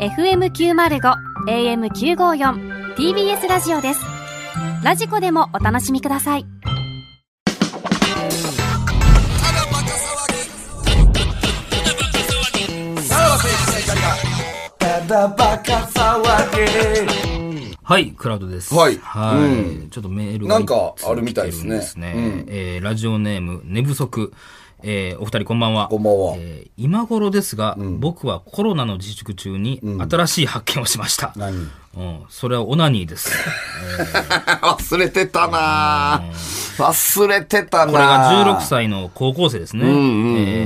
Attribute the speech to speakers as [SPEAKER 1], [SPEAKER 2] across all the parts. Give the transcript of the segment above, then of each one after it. [SPEAKER 1] FM905 AM954 TBS ラジオですラジコでもお楽しみください
[SPEAKER 2] はい、クラウドです。
[SPEAKER 3] はい
[SPEAKER 2] はい
[SPEAKER 3] うん
[SPEAKER 2] ちょっとメール
[SPEAKER 3] なんかあるみたいですね
[SPEAKER 2] ですね、
[SPEAKER 3] うん
[SPEAKER 2] えーラジオネーム、寝不足。えーお二人こんばんは。
[SPEAKER 3] こんばんは
[SPEAKER 2] えー今頃ですが、僕はコロナの自粛中に新しい発見をしました。うん、
[SPEAKER 3] 何
[SPEAKER 2] それはオナニーです。
[SPEAKER 3] 忘れてたなぁ忘れてたなぁ
[SPEAKER 2] これが16歳の高校生ですね。え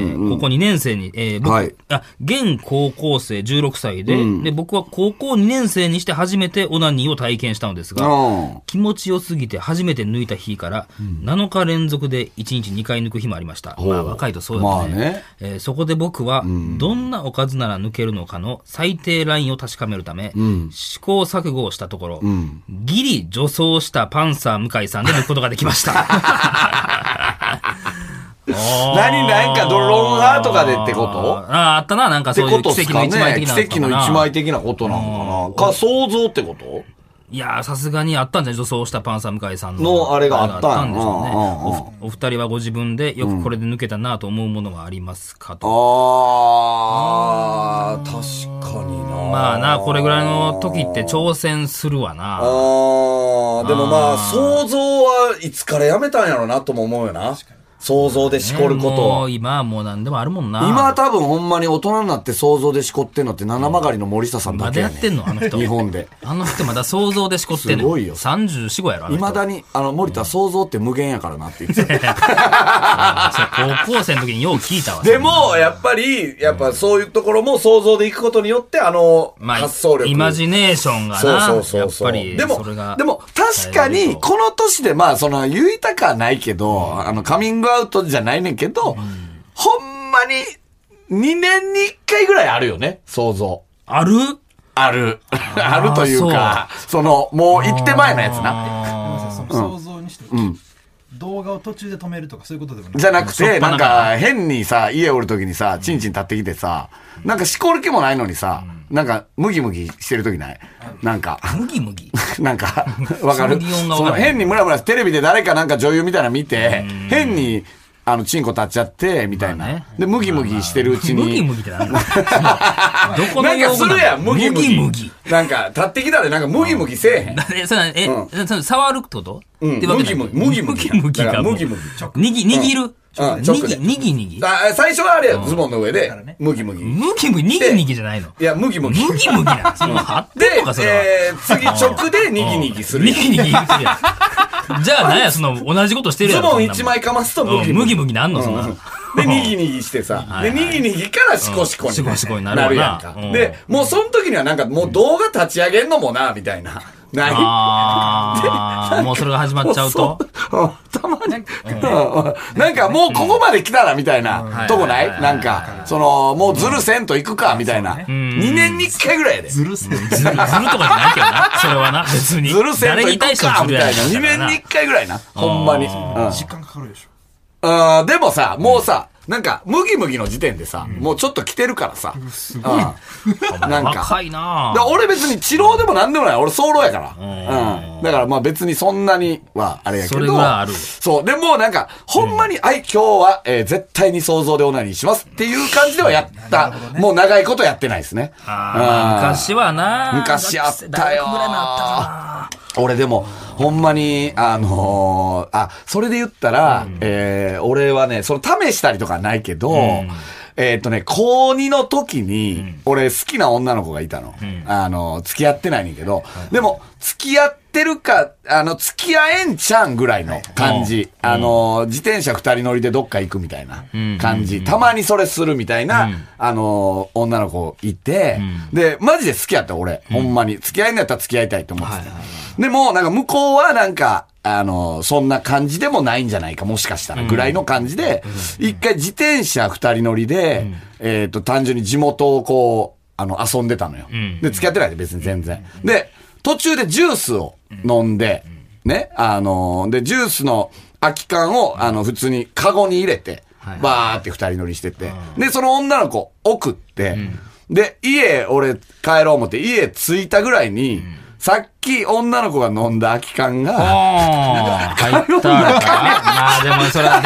[SPEAKER 2] ー高校2年生に、えー僕、
[SPEAKER 3] はい
[SPEAKER 2] あ、現高校生16歳で、で、僕は高校2年生にして初めてオナニーを体験したのですが、
[SPEAKER 3] うん。
[SPEAKER 2] 気持ちよすぎて初めて抜いた日から、7日連続で1日2回抜く日もありました。
[SPEAKER 3] う
[SPEAKER 2] まあ、若いとそうだね,、
[SPEAKER 3] まあね
[SPEAKER 2] えーそこで僕は、どんなおかずなら抜けるのかの最低ラインを確かめるため、試行錯誤をしたところ、ギリ女装したパンサー向井さんで抜くことができました。
[SPEAKER 3] 何なんかドロンハーとかでってこと
[SPEAKER 2] あーあったな、なんか
[SPEAKER 3] って
[SPEAKER 2] そうい
[SPEAKER 3] こ
[SPEAKER 2] う
[SPEAKER 3] とっ
[SPEAKER 2] 奇
[SPEAKER 3] す
[SPEAKER 2] 跡の
[SPEAKER 3] か
[SPEAKER 2] 一枚
[SPEAKER 3] ね
[SPEAKER 2] 的な
[SPEAKER 3] 奇跡の一枚
[SPEAKER 2] 的
[SPEAKER 3] 的なことなのかなか、想像ってこと
[SPEAKER 2] いやー、さすがにあったんじゃない女装したパンサー向井さんの。
[SPEAKER 3] のあれがあったん
[SPEAKER 2] んでしょう
[SPEAKER 3] うんうん
[SPEAKER 2] ね。
[SPEAKER 3] うん
[SPEAKER 2] おふお二人はご自分でよくこれで抜けたなと思うものはありますかと。
[SPEAKER 3] あー、確かにな
[SPEAKER 2] まあな、これぐらいの時って挑戦するわ
[SPEAKER 3] あ
[SPEAKER 2] な。
[SPEAKER 3] ー、でもま
[SPEAKER 2] あ
[SPEAKER 3] あ、想像はいつからやめたんやろなとも思うよな。想像でしこること
[SPEAKER 2] も
[SPEAKER 3] は
[SPEAKER 2] う。今はもう何でもあるもんな。
[SPEAKER 3] 今多分ほんまに大人になって想像でしこってんのって七曲がりの森下さんだ
[SPEAKER 2] ま
[SPEAKER 3] け
[SPEAKER 2] だ
[SPEAKER 3] や
[SPEAKER 2] やっ
[SPEAKER 3] ね
[SPEAKER 2] てんのあの人。
[SPEAKER 3] 日本で。
[SPEAKER 2] あの人まだ想像でしこってんの。
[SPEAKER 3] すごいよ
[SPEAKER 2] 34、5やろあの
[SPEAKER 3] い
[SPEAKER 2] 人
[SPEAKER 3] まだに、あの、森田想像って無限やからなって言ってた。
[SPEAKER 2] あそう高校生の時によう聞いたわ。
[SPEAKER 3] でも、やっぱり、やっぱそういうところも想像でいくことによって、あの、
[SPEAKER 2] まあ、
[SPEAKER 3] 発想力。
[SPEAKER 2] イマジネーションがな。
[SPEAKER 3] そうそうそうそう。
[SPEAKER 2] やっぱり、
[SPEAKER 3] でも
[SPEAKER 2] それが、
[SPEAKER 3] でも、確か
[SPEAKER 2] 大事だ
[SPEAKER 3] に、
[SPEAKER 2] と
[SPEAKER 3] この年で、まあ、その、言いたくはないけど、あの、カミングアウトじゃないねんけど、ほんまに、2年に1回ぐらいあるよね、想像。
[SPEAKER 2] ある
[SPEAKER 3] ある。あるというか、その、もう行って前のやつな。
[SPEAKER 2] あー
[SPEAKER 4] その想像にして、動画を途中で止めるとかそういうことでもない
[SPEAKER 3] じゃなく、
[SPEAKER 2] しょってぱ
[SPEAKER 3] な
[SPEAKER 2] なんから
[SPEAKER 3] か、変にさ、家おるときにさ、チンチン立ってきてさ、なんかしこる気もないのにさ、なんか、ムギムギしてるときないなんか。
[SPEAKER 2] ムギムギ。
[SPEAKER 3] なんか、 わかる
[SPEAKER 2] その擬音がわ
[SPEAKER 3] その
[SPEAKER 2] からない
[SPEAKER 3] 変にムラムラ、テレビで誰かなんか女優みたいなの見て、変に、あの、チンコ立っちゃって、みたい
[SPEAKER 2] まあね
[SPEAKER 3] な。で、ムギムギしてるうち
[SPEAKER 2] ムギ
[SPEAKER 3] に。
[SPEAKER 2] ムギってな んだどこの
[SPEAKER 3] なん
[SPEAKER 2] 用
[SPEAKER 3] か
[SPEAKER 2] 語
[SPEAKER 3] するやん、ムギムギ。
[SPEAKER 2] ムギ。
[SPEAKER 3] なんか、立ってきたでなんかムギムギせえへん。
[SPEAKER 2] え、それえ、それ触るってこと
[SPEAKER 3] うん
[SPEAKER 2] ってわけじゃない
[SPEAKER 3] ムギムギムギムギ
[SPEAKER 2] ムギ
[SPEAKER 3] だか
[SPEAKER 2] が
[SPEAKER 3] ら
[SPEAKER 2] もう。
[SPEAKER 3] ムギムギ
[SPEAKER 2] にぎ、握る。
[SPEAKER 3] うん
[SPEAKER 2] 握
[SPEAKER 3] 直
[SPEAKER 2] ぎ、
[SPEAKER 3] で
[SPEAKER 2] 握ぎ握ぎ。
[SPEAKER 3] あ最初はあれや、ズボンの上で
[SPEAKER 4] からね、
[SPEAKER 3] ムギムギ。
[SPEAKER 2] ムギムギ、握ぎ握ぎじゃないの。
[SPEAKER 3] いや、ムギム
[SPEAKER 2] ム
[SPEAKER 3] ギ
[SPEAKER 2] ギ。ムギなの。その、貼ってん
[SPEAKER 3] で
[SPEAKER 2] のか、、それ
[SPEAKER 3] えー、次直でニギニギす
[SPEAKER 2] は。
[SPEAKER 3] る
[SPEAKER 2] に
[SPEAKER 3] やん。
[SPEAKER 2] ぎにぎ言ってるやん。じゃあ、なんや、その、同じことしてる
[SPEAKER 3] ズ
[SPEAKER 2] やん。
[SPEAKER 3] ボン
[SPEAKER 2] そんなもん
[SPEAKER 3] 一枚かますとムギ
[SPEAKER 2] うんムギムギなんのそんなの
[SPEAKER 3] で、ニギニギしてさ。で、ニギニギからシコシコに
[SPEAKER 2] うんシコシコになるわな
[SPEAKER 3] やんか
[SPEAKER 2] うん。
[SPEAKER 3] で、もうその時にはなんかもう動画立ち上げんのもな、みたいな。ない
[SPEAKER 2] あー、もうそれが始まっちゃう
[SPEAKER 3] そ
[SPEAKER 2] と。
[SPEAKER 3] ううんたまに。うんなんかもうここまで来たらみたいなとこな
[SPEAKER 2] はい
[SPEAKER 3] いなんか、その、もうずるせんと行くか、みたいな。2年に1回ぐらいやで。ず
[SPEAKER 4] るせ
[SPEAKER 2] ず
[SPEAKER 4] え
[SPEAKER 2] るずるとかじゃないけどな。それはな、別に。
[SPEAKER 3] るせん
[SPEAKER 2] 誰
[SPEAKER 3] と
[SPEAKER 2] に
[SPEAKER 3] 行
[SPEAKER 2] 対
[SPEAKER 3] く
[SPEAKER 2] しても
[SPEAKER 3] か、
[SPEAKER 2] ず
[SPEAKER 3] み
[SPEAKER 2] るや
[SPEAKER 3] た
[SPEAKER 2] ない
[SPEAKER 3] な。2年に1回ぐらいな。ほんまに。うん
[SPEAKER 4] 時間かかるでしょ
[SPEAKER 3] あーでもさ、もうさ、なんか、麦麦の時点でさ、もうちょっと来てるからさ。すごい。 なんか。
[SPEAKER 2] 若いな
[SPEAKER 3] だ俺別に治療でもなんでもない。俺早漏やから。うん。だからまあ別にそんなにはあれやけど。
[SPEAKER 2] それぐらいある
[SPEAKER 3] そう。でもなんか、ほんまに、はい、今日は、えー絶対に想像でオナニーしますっていう感じではやった。もう長いことやってないですね。
[SPEAKER 2] あ
[SPEAKER 3] う
[SPEAKER 2] ー
[SPEAKER 3] ん
[SPEAKER 2] 昔はな
[SPEAKER 3] 昔あった
[SPEAKER 2] 大
[SPEAKER 3] よ
[SPEAKER 2] 学ぐらいのあったか
[SPEAKER 3] 俺でも、ほんまに、あのーあ、それで言ったら、えー俺はね、その試したりとかはないけど、えーっとね、高2の時に、俺好きな女の子がいたの。あの、付き合ってないねんけど、でも、付き合ってるか、あの、付き合えんちゃんぐらいの感じ。あの、自転車二人乗りでどっか行くみたいな感じ。たまにそれするみたいな、あの、女の子いて、で、マジで好きやった俺。ほんまに。付き合えんのやったら付き合いたいと思ってた。でも、なんか向こうはなんか、あの、そんな感じでもないんじゃないか、もしかしたら、ぐらいの感じで、一回自転車二人乗りで、えっと、単純に地元をこう、あの、遊んでたのよ。で、付き合ってないで別に全然。で、途中でジュースを飲んで、ね、あの、で、ジュースの空き缶を、あの、普通にカゴに入れて、バーって二人乗りしてて、で、その女の子送って、で、家、俺、帰ろう思って、家着いたぐらいに、さっき女の子が飲んだ空き缶が、
[SPEAKER 2] ああ、入ったのか。 まあでもそれ、でも、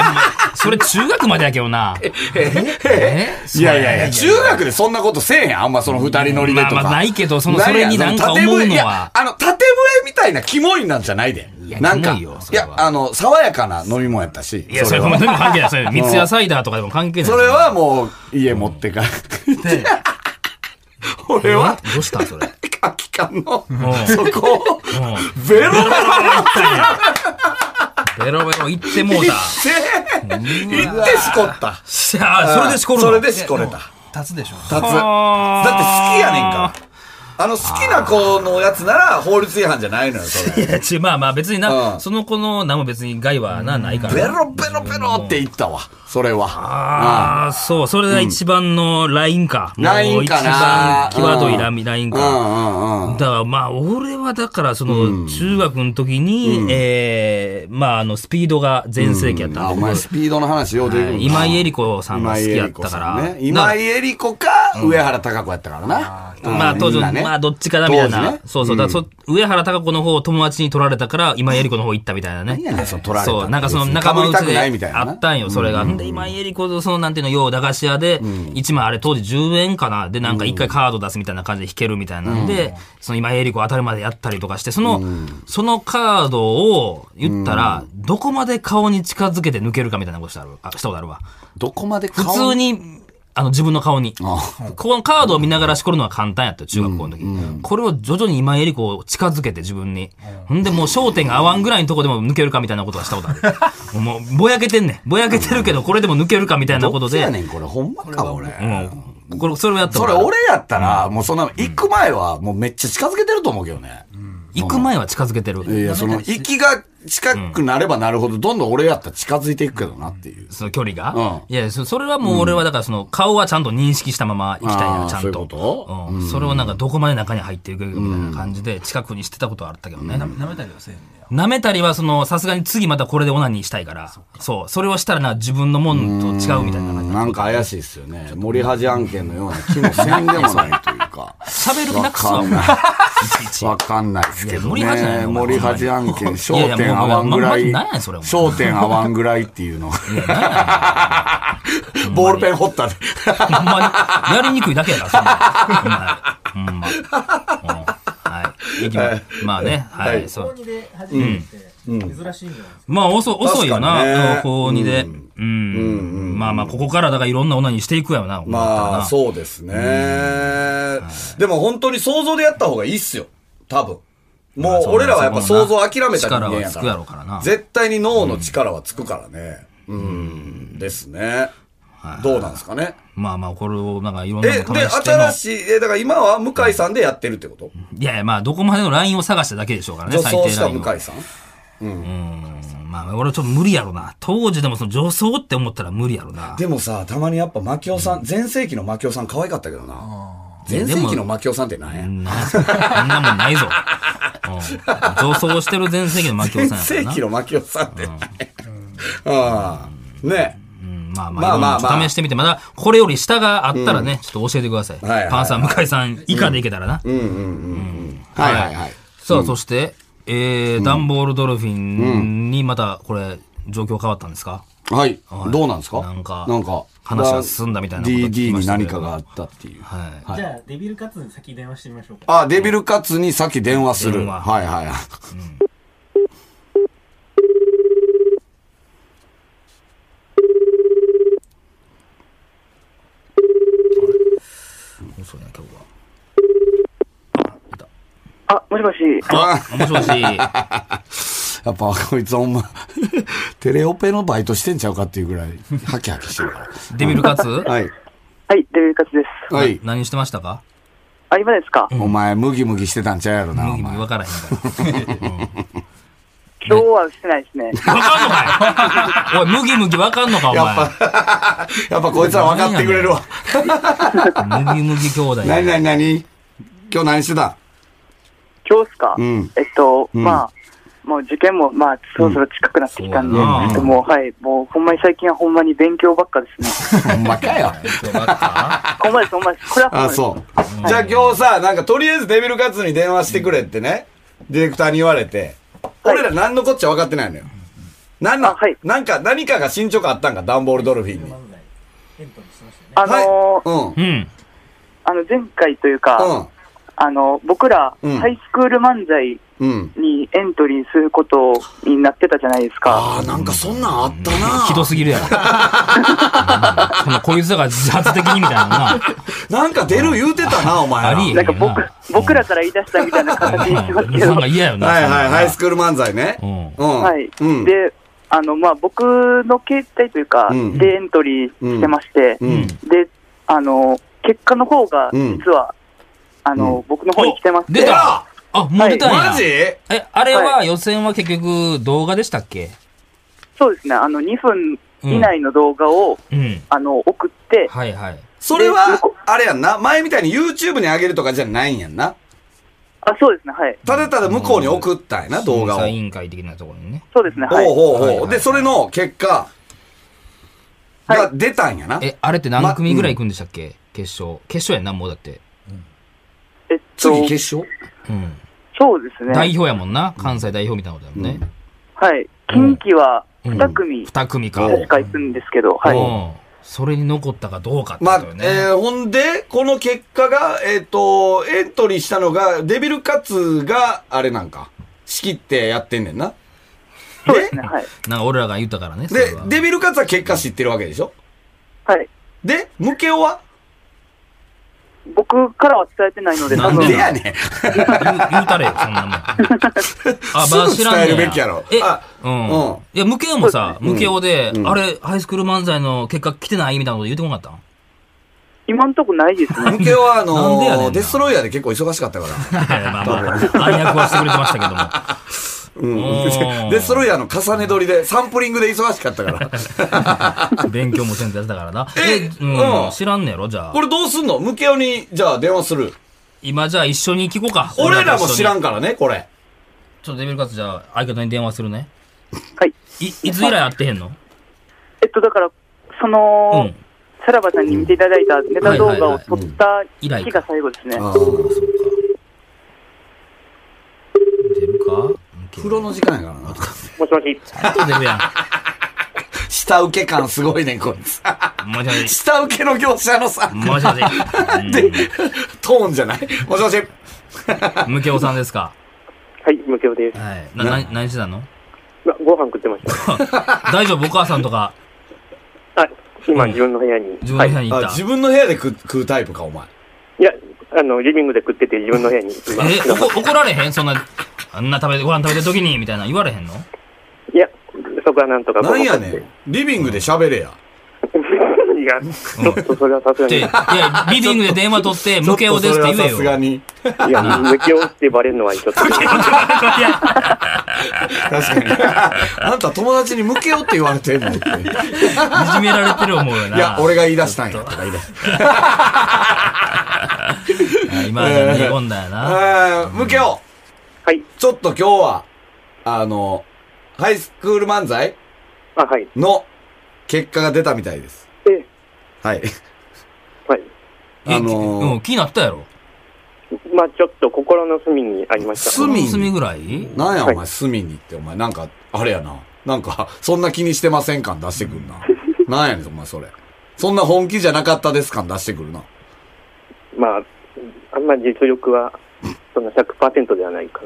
[SPEAKER 2] それ中学までやけどな。え
[SPEAKER 3] いやいやいや、中学でそんなことせえへん、あんまその二人乗りでとか。
[SPEAKER 2] まあまあないけどそのそれになんか思うのはい
[SPEAKER 3] や、あの、縦笛みたいなキモいなんじゃないで。
[SPEAKER 2] や
[SPEAKER 3] なんか、
[SPEAKER 2] キモい
[SPEAKER 3] い
[SPEAKER 2] よそれは
[SPEAKER 3] や、あの、爽やかな飲み物やったし。
[SPEAKER 2] いや、それもでも関係ない。それ、三ツ矢サイダーとかでも関係ない。
[SPEAKER 3] それはもう、家持って帰って。俺は、
[SPEAKER 2] え どうしたそれ。
[SPEAKER 3] 空き缶の
[SPEAKER 2] ん、
[SPEAKER 3] そこを、
[SPEAKER 2] う
[SPEAKER 3] ベロベロ
[SPEAKER 2] ん。ベロベロ行っても うた。
[SPEAKER 3] って、行ってしこった。
[SPEAKER 2] しゃあ、それでしこるの
[SPEAKER 3] それでしこれた。
[SPEAKER 4] 立つでしょ
[SPEAKER 3] 立つ。だって
[SPEAKER 2] あー
[SPEAKER 3] 好きやねんから。あの、好きな子のやつなら法律違反じゃないのよ、それ。
[SPEAKER 2] いやちまあまあ別に
[SPEAKER 3] う
[SPEAKER 2] な、
[SPEAKER 3] ん
[SPEAKER 2] その子の名も別に害はな、ないから。
[SPEAKER 3] ベロベロベロって言ったわ、それは。
[SPEAKER 2] ああ、そう、それが一番のラインか。もう
[SPEAKER 3] ラインかな
[SPEAKER 2] 一番、際どいラミライ
[SPEAKER 3] うん
[SPEAKER 2] ン
[SPEAKER 3] う
[SPEAKER 2] か。
[SPEAKER 3] んうん。
[SPEAKER 2] だからまあ、俺はだから、その、中学の時に、ええ、まあ、あの、スピードが全盛期やった
[SPEAKER 3] あ、お
[SPEAKER 2] んで
[SPEAKER 3] 前スピードの話ようできるな
[SPEAKER 2] はい今井絵理子さんが好きやったから
[SPEAKER 3] 今井絵理子さんね今井絵理子か、上原貴子やったからな。うん
[SPEAKER 2] まあ、当時、
[SPEAKER 3] みんなね
[SPEAKER 2] まあ、どっちかだみたい
[SPEAKER 3] 当時
[SPEAKER 2] な
[SPEAKER 3] ね。
[SPEAKER 2] そうそう。だからそ上原貴子の方を友達に取られたから、今井絵理子の方行ったみたいなね。
[SPEAKER 3] 何やねんその取られた
[SPEAKER 2] そう、なんかその
[SPEAKER 3] 別に
[SPEAKER 2] 仲間
[SPEAKER 3] 被
[SPEAKER 2] 内
[SPEAKER 3] りたく
[SPEAKER 2] で
[SPEAKER 3] ないみたいな
[SPEAKER 2] あ
[SPEAKER 3] な
[SPEAKER 2] ったんよ、それが。で、今井絵理子とその、なんていうの、よう駄菓子屋で、一枚あれ当時10円かな。で、なんか一回カード出すみたいな感じで引けるみたいなんで、その今井絵理子当たるまでやったりとかして、その、そのカードを言ったら、どこまで顔に近づけて抜けるかみたいなことしたるあしたことあるわ。
[SPEAKER 3] どこまで顔
[SPEAKER 2] 普通に、あの、自分の顔に。
[SPEAKER 3] あ
[SPEAKER 2] このカードを見ながらしこるのは簡単やったよ、中学校の時。これを徐々に今井絵理子を近づけて自分に。ほんでもう焦点が合わんぐらいのとこでも抜けるかみたいなことはしたことあ る。もうぼやけてんねん。ぼやけてるけど、これでも抜けるかみたいなこと
[SPEAKER 3] どっちやね
[SPEAKER 2] で。
[SPEAKER 3] ん、これ。ほんまか、俺。
[SPEAKER 2] うん。これ、それをやった
[SPEAKER 3] そ
[SPEAKER 2] こと
[SPEAKER 3] れ
[SPEAKER 2] ある
[SPEAKER 3] 俺やったら、もうそんな、行く前は、もうめっちゃ近づけてると思うけどね。
[SPEAKER 2] 行く前は近づけて
[SPEAKER 3] いやい
[SPEAKER 2] る。
[SPEAKER 3] や、その、行きが近くなればなるほど、どんどん俺やったら近づいていくけどなっていう。
[SPEAKER 2] その距離が。
[SPEAKER 3] う
[SPEAKER 2] いや、そそれはもう俺はだからその顔はちゃんと認識したまま行きたい
[SPEAKER 3] あ
[SPEAKER 2] な、
[SPEAKER 3] ー
[SPEAKER 2] ちゃん
[SPEAKER 3] そうい
[SPEAKER 2] と。
[SPEAKER 3] うこと
[SPEAKER 2] うんそれをなんかどこまで中に入っていくかみたいな感じで近くにしてたことはあったけどね。
[SPEAKER 4] 舐めたりはせえへんねや
[SPEAKER 2] 舐めたりはそのさすがに次またこれでオナニーしたいからそうそれをしたらな自分のもんと違うみたいな感じ
[SPEAKER 3] なんか怪しいですよね。森恥案件のような気もせんでもないというか。
[SPEAKER 2] 喋る気なくす
[SPEAKER 3] わ
[SPEAKER 2] わ
[SPEAKER 3] か
[SPEAKER 2] も
[SPEAKER 3] ん
[SPEAKER 2] う
[SPEAKER 3] ない
[SPEAKER 2] いちいち
[SPEAKER 3] わかんないですけど
[SPEAKER 2] いや森恥なん
[SPEAKER 3] ね。
[SPEAKER 2] や
[SPEAKER 3] 森恥案件、
[SPEAKER 2] いやい
[SPEAKER 3] 焦
[SPEAKER 2] や
[SPEAKER 3] 点合わんぐらい、
[SPEAKER 2] もうままま何やねんそれお前
[SPEAKER 3] 焦点合わんぐらいっていうのが。 ボールペン掘ったで。
[SPEAKER 2] ほんまにやりにくいだけやなそんなんほんまほんまうんはいいきままあねは
[SPEAKER 3] はいい
[SPEAKER 2] そう
[SPEAKER 5] 高2で初めてって珍しいんじゃないですか、
[SPEAKER 2] まあ遅遅いよ
[SPEAKER 3] 確かにね
[SPEAKER 2] な高2でうんまあまあここからだからいろんなオナニーしていくやろな
[SPEAKER 3] まあ、
[SPEAKER 2] う
[SPEAKER 3] そうですね。でも本当に想像でやった方がいいっすよ。多分。もう俺らはやっぱ想像諦めた人間
[SPEAKER 2] 力
[SPEAKER 3] や
[SPEAKER 2] はつ
[SPEAKER 3] か
[SPEAKER 2] くや
[SPEAKER 3] ら
[SPEAKER 2] ろ。うからな
[SPEAKER 3] 絶対に脳の力はつくからね。うん。ですね。どうなんですかね。
[SPEAKER 2] まあまあこれをなんかいろんな
[SPEAKER 3] え、
[SPEAKER 2] の試
[SPEAKER 3] で、
[SPEAKER 2] しての
[SPEAKER 3] 新しい、え、だから今は向井さんでやってるってこと
[SPEAKER 2] いやいや、まあ、どこまでのラインを探しただけでしょうからね、
[SPEAKER 3] 女
[SPEAKER 2] 最
[SPEAKER 3] 装
[SPEAKER 2] 低
[SPEAKER 3] し
[SPEAKER 2] ラ
[SPEAKER 3] た
[SPEAKER 2] インを。
[SPEAKER 3] 向井さん
[SPEAKER 2] うんまあ、俺はちょっと無理やろな。当時でもその女装って思ったら無理や ろな。
[SPEAKER 3] でもさ、たまにやっぱマキオさん、全盛期のマキオさん可愛かったけどな。全盛期のマキオさんって何や
[SPEAKER 2] うんなんやそれそんなもんないぞ。うん女装してる全盛期の槙尾
[SPEAKER 3] 全
[SPEAKER 2] さんや
[SPEAKER 3] 盛
[SPEAKER 2] からな
[SPEAKER 3] 期。のマキオさんって何 やうんね
[SPEAKER 2] うんまあ
[SPEAKER 3] ま
[SPEAKER 2] ま
[SPEAKER 3] あ
[SPEAKER 2] あ、
[SPEAKER 3] まあまあ
[SPEAKER 2] まあ、試してみて、まだこれより下があったらね、ちょっと教えてください。
[SPEAKER 3] はいはいはい
[SPEAKER 2] パンさん、向井さん以下でいけたらな。
[SPEAKER 3] はいはいはい。
[SPEAKER 2] さあ、そして、えー、ダンボールドルフィンにまたこれ、状況変わったんですか
[SPEAKER 3] はい。どうなんですか
[SPEAKER 2] なんか
[SPEAKER 3] なんか
[SPEAKER 2] 話が進んだみたいなこと聞き
[SPEAKER 3] DD
[SPEAKER 2] ま
[SPEAKER 3] に
[SPEAKER 2] したけ
[SPEAKER 3] 何か
[SPEAKER 2] ど
[SPEAKER 3] があったっていう。
[SPEAKER 2] はい。
[SPEAKER 5] じゃあデビルカツに先電話してみましょうか
[SPEAKER 3] あ、デビルカツにさっき電話する。
[SPEAKER 2] 電話
[SPEAKER 3] はいはいはい。
[SPEAKER 2] 遅いな、今日は。
[SPEAKER 6] あ、もしもし。
[SPEAKER 3] あ
[SPEAKER 2] もしもし。
[SPEAKER 3] やっぱこいつほんま、 テレオペのバイトしてんちゃうかっていうぐらい、ハキハキしてるから。
[SPEAKER 2] デビルカツ
[SPEAKER 3] はい。
[SPEAKER 6] はい、デビルカツです。
[SPEAKER 3] はい。
[SPEAKER 2] 何してましたか
[SPEAKER 6] あ、今ですか
[SPEAKER 3] お前、ムギムギしてたんちゃうやろな、お
[SPEAKER 2] 分
[SPEAKER 3] 前。
[SPEAKER 2] からへんから。
[SPEAKER 6] 今日はしてないで すね。
[SPEAKER 2] 分かんの かいおい、ムギムギ分かんのかお
[SPEAKER 3] やっぱ、やっぱこいつは分かってくれるわ。
[SPEAKER 2] 前。ムギムギ兄弟。
[SPEAKER 3] なになに なに今日何してた
[SPEAKER 6] 今日っすか、
[SPEAKER 3] うん
[SPEAKER 6] えっと、まあ、もう受験も、まあ、そろそろ近くなってきたんで、
[SPEAKER 2] うんそうだな
[SPEAKER 6] ちょっともう、はい、もう、ほんまに最近はほんまに勉強ばっかですね。
[SPEAKER 3] ほんまかよ。
[SPEAKER 6] ほんまです、ほんまです。これはほんま
[SPEAKER 3] あ、
[SPEAKER 6] です。
[SPEAKER 3] そう。じゃあ今日さ、なんかとりあえずデビルカツに電話してくれってね、ディレクターに言われて、
[SPEAKER 6] はい
[SPEAKER 3] 俺ら何のこっちゃ分かってないのよ。何の、
[SPEAKER 6] あはい
[SPEAKER 3] なんか、何かが進捗あったんか、ダンボールドルフィンに。
[SPEAKER 5] 漫才、エントリーしてましたよね。
[SPEAKER 6] あのー
[SPEAKER 3] はい、
[SPEAKER 2] うん。うん。
[SPEAKER 6] あの、前回というか、
[SPEAKER 3] う
[SPEAKER 6] あの、僕ら、
[SPEAKER 3] うん
[SPEAKER 6] ハイスクール漫才
[SPEAKER 3] ん。うん。うん。
[SPEAKER 6] にエントリーすることになってたじゃないですか。
[SPEAKER 3] ああ、なんかそんなんあった
[SPEAKER 2] ひど
[SPEAKER 3] な
[SPEAKER 2] すぎるやろ。そんなこいつらが自発的にみたいなのな。
[SPEAKER 3] なんか出る言うてたな、お前ら。
[SPEAKER 2] ありえ
[SPEAKER 6] なんか僕
[SPEAKER 2] うん、
[SPEAKER 6] 僕らから言い出したみたいな形にしてますけ
[SPEAKER 2] な
[SPEAKER 6] ど
[SPEAKER 2] ん。か嫌よな。
[SPEAKER 3] はいはい、ハイス
[SPEAKER 2] そ
[SPEAKER 3] クール漫才ね。
[SPEAKER 2] ん
[SPEAKER 3] うん。
[SPEAKER 6] はい。
[SPEAKER 3] うん。
[SPEAKER 6] で、あの、まあ、僕の携帯というか、
[SPEAKER 3] うん
[SPEAKER 6] でエントリーしてまして、
[SPEAKER 3] うん。
[SPEAKER 6] で、あの、結果の方が、
[SPEAKER 3] うん
[SPEAKER 6] 実は、あの、
[SPEAKER 3] う
[SPEAKER 6] 僕の方に来てま
[SPEAKER 2] ん
[SPEAKER 6] して、
[SPEAKER 2] 出た
[SPEAKER 3] あ
[SPEAKER 2] あ、もう出たんや。
[SPEAKER 3] マジえ
[SPEAKER 2] え、あれは予選は結局動画でしたっけ
[SPEAKER 6] そうですね、あの、2分
[SPEAKER 2] うん
[SPEAKER 6] 以内の動画を、
[SPEAKER 2] うん。
[SPEAKER 6] あの、送って、
[SPEAKER 2] はいはい。
[SPEAKER 3] それ
[SPEAKER 6] で
[SPEAKER 3] は
[SPEAKER 6] 向こ、
[SPEAKER 3] あれやんな。前みたいに YouTube に上げるとかじゃないんやんな。
[SPEAKER 6] あ、そうですね、はい。
[SPEAKER 3] ただただ向こうに送ったんやな、動画を。ほ
[SPEAKER 2] 審査
[SPEAKER 3] う
[SPEAKER 2] 委員会的なところにね。
[SPEAKER 6] そうですね、はい。
[SPEAKER 3] ほう
[SPEAKER 2] はい
[SPEAKER 3] ほ
[SPEAKER 2] は
[SPEAKER 3] う。
[SPEAKER 2] い
[SPEAKER 3] で、それの結果が出たんやな。
[SPEAKER 2] え、あれって何組ぐらい行くんでしたっけ決勝。決勝やんな、もうだって。
[SPEAKER 6] えっと、
[SPEAKER 3] 次決勝
[SPEAKER 2] うん。
[SPEAKER 6] そうですね。
[SPEAKER 2] 代表やもんな。関西代表みたいなことやもんね。
[SPEAKER 6] はい。近畿は
[SPEAKER 2] うん
[SPEAKER 6] 2組、
[SPEAKER 2] 二組か。
[SPEAKER 6] 確か行くんですけど、はい。
[SPEAKER 2] うんそれに残ったかどうかってこ
[SPEAKER 3] まあ
[SPEAKER 2] とよ、ね。
[SPEAKER 3] えー、ほんで、この結果が、えっ、と、エントリーしたのが、デビルカツが、あれなんか、仕切ってやってんねんな。
[SPEAKER 6] そうですね、はい。
[SPEAKER 2] なんか俺らが言ったからね。それ
[SPEAKER 3] で
[SPEAKER 2] は、
[SPEAKER 3] デビルカツは結果知ってるわけでしょ
[SPEAKER 6] はい。
[SPEAKER 3] で、ムケオは
[SPEAKER 6] 僕からは伝えてないので、多
[SPEAKER 2] なん
[SPEAKER 6] 分
[SPEAKER 2] で、
[SPEAKER 3] やねん。
[SPEAKER 2] 言う言うたれよ、そん なもん。あ、まあ
[SPEAKER 3] すぐ伝えるべきやろ
[SPEAKER 2] え
[SPEAKER 3] あ、
[SPEAKER 2] うん
[SPEAKER 3] うん。
[SPEAKER 2] いや、無形もさ、
[SPEAKER 3] そうですね
[SPEAKER 2] 無形で
[SPEAKER 3] う、ん
[SPEAKER 2] あれ、ハイスクール漫才の結果来てないみたいなこと言うてこなかっ
[SPEAKER 6] 今んとこないですね。
[SPEAKER 3] ムケオは、あ
[SPEAKER 2] なんでやねん
[SPEAKER 3] のー、
[SPEAKER 2] な
[SPEAKER 3] デストロイヤーで結構忙しかったから。
[SPEAKER 2] たんいやまあまあ、暗躍はしてくれてましたけども。うん
[SPEAKER 3] デストロイヤーの重ね取りで、サンプリングで忙しかったから。
[SPEAKER 2] 勉強もせんとやってたからな。
[SPEAKER 3] え
[SPEAKER 2] うん
[SPEAKER 3] うん
[SPEAKER 2] 知らんねやろ、じゃあ
[SPEAKER 3] こ。れどうすんのムケオに、じゃあ電話する。
[SPEAKER 2] 今、じゃあ一緒に聞こうか。
[SPEAKER 3] 俺らも知ら
[SPEAKER 2] ん。
[SPEAKER 3] んからね、これ。
[SPEAKER 2] ちょっとデビルカツ、じゃあ、相方に電話するね。
[SPEAKER 6] はい。
[SPEAKER 2] い、いつ以来会ってへんの
[SPEAKER 6] えっと、だから、その、
[SPEAKER 2] うん
[SPEAKER 6] さらばさんに見ていただいたネタ動画を撮った
[SPEAKER 2] いはいはいうん
[SPEAKER 6] 日が最後ですね。
[SPEAKER 3] あ
[SPEAKER 6] は
[SPEAKER 3] ー
[SPEAKER 2] 出るか
[SPEAKER 3] 風呂の時間やから な。
[SPEAKER 6] もしもし。
[SPEAKER 2] あと出るやん。
[SPEAKER 3] 下請け感すごいねん、こいつ。
[SPEAKER 2] もしもし。
[SPEAKER 3] 下請けの業者のさ、
[SPEAKER 2] もしもし。
[SPEAKER 3] で、トーンじゃないもしもし。
[SPEAKER 2] うん無形さんですか。
[SPEAKER 7] はい、無料です。
[SPEAKER 2] はい。な、
[SPEAKER 3] な
[SPEAKER 2] な、何してたの
[SPEAKER 7] まご飯食ってました。
[SPEAKER 2] 大丈夫お母さんとか、
[SPEAKER 7] あ、今自分の部屋に。
[SPEAKER 2] 自分の部屋
[SPEAKER 7] はい。
[SPEAKER 2] に行
[SPEAKER 3] あ
[SPEAKER 2] った。
[SPEAKER 3] 自分の部屋で食う食うタイプか、お前。
[SPEAKER 7] いや、あの、リビングで食ってて自分の部屋に今。
[SPEAKER 2] え、怒怒られへんそんな、あんな食べて、ご飯食べてる時に、みたいな言われへんの
[SPEAKER 7] いや、そこはなんとか。
[SPEAKER 3] なんやねん。リビングで喋れや。
[SPEAKER 7] いや、ちょっとそれはさすが
[SPEAKER 2] って、い
[SPEAKER 7] に。
[SPEAKER 2] や、リビングで電話取って、無形ですって
[SPEAKER 3] ちょとそれ
[SPEAKER 2] 言
[SPEAKER 3] は
[SPEAKER 2] え
[SPEAKER 3] さ
[SPEAKER 2] よ。
[SPEAKER 3] すがに。
[SPEAKER 7] いや、無料ってバレるのはち ょっと。
[SPEAKER 3] 確かに。あんた友達に向けよって言われてんのって。
[SPEAKER 2] いじめられてる思うよな。
[SPEAKER 3] いや、俺が言い出したんや。とか言い出し
[SPEAKER 2] あ。今、煮込んだよな。
[SPEAKER 3] た。向けよ
[SPEAKER 7] はい。
[SPEAKER 3] ちょっと今日は、あの、ハイスクール漫才
[SPEAKER 7] あ、はい。
[SPEAKER 3] の結果が出たみたいです。
[SPEAKER 7] え、
[SPEAKER 3] はい。
[SPEAKER 7] はい。
[SPEAKER 2] え、
[SPEAKER 3] あのー
[SPEAKER 2] うん、気になったやろ。
[SPEAKER 7] まあちょっと心の隅にありました。
[SPEAKER 3] 隅に
[SPEAKER 2] 隅ぐらい
[SPEAKER 3] なんや
[SPEAKER 7] は
[SPEAKER 3] お
[SPEAKER 7] い
[SPEAKER 3] 前、隅にって、お前、なんか、あれやな。なんか、そんな気にしてません感出してくる な。なんやねん、お前、それ。そんな本気じゃなかったです感出してくるな。
[SPEAKER 7] まああんまり実力は、そんな100%ではないか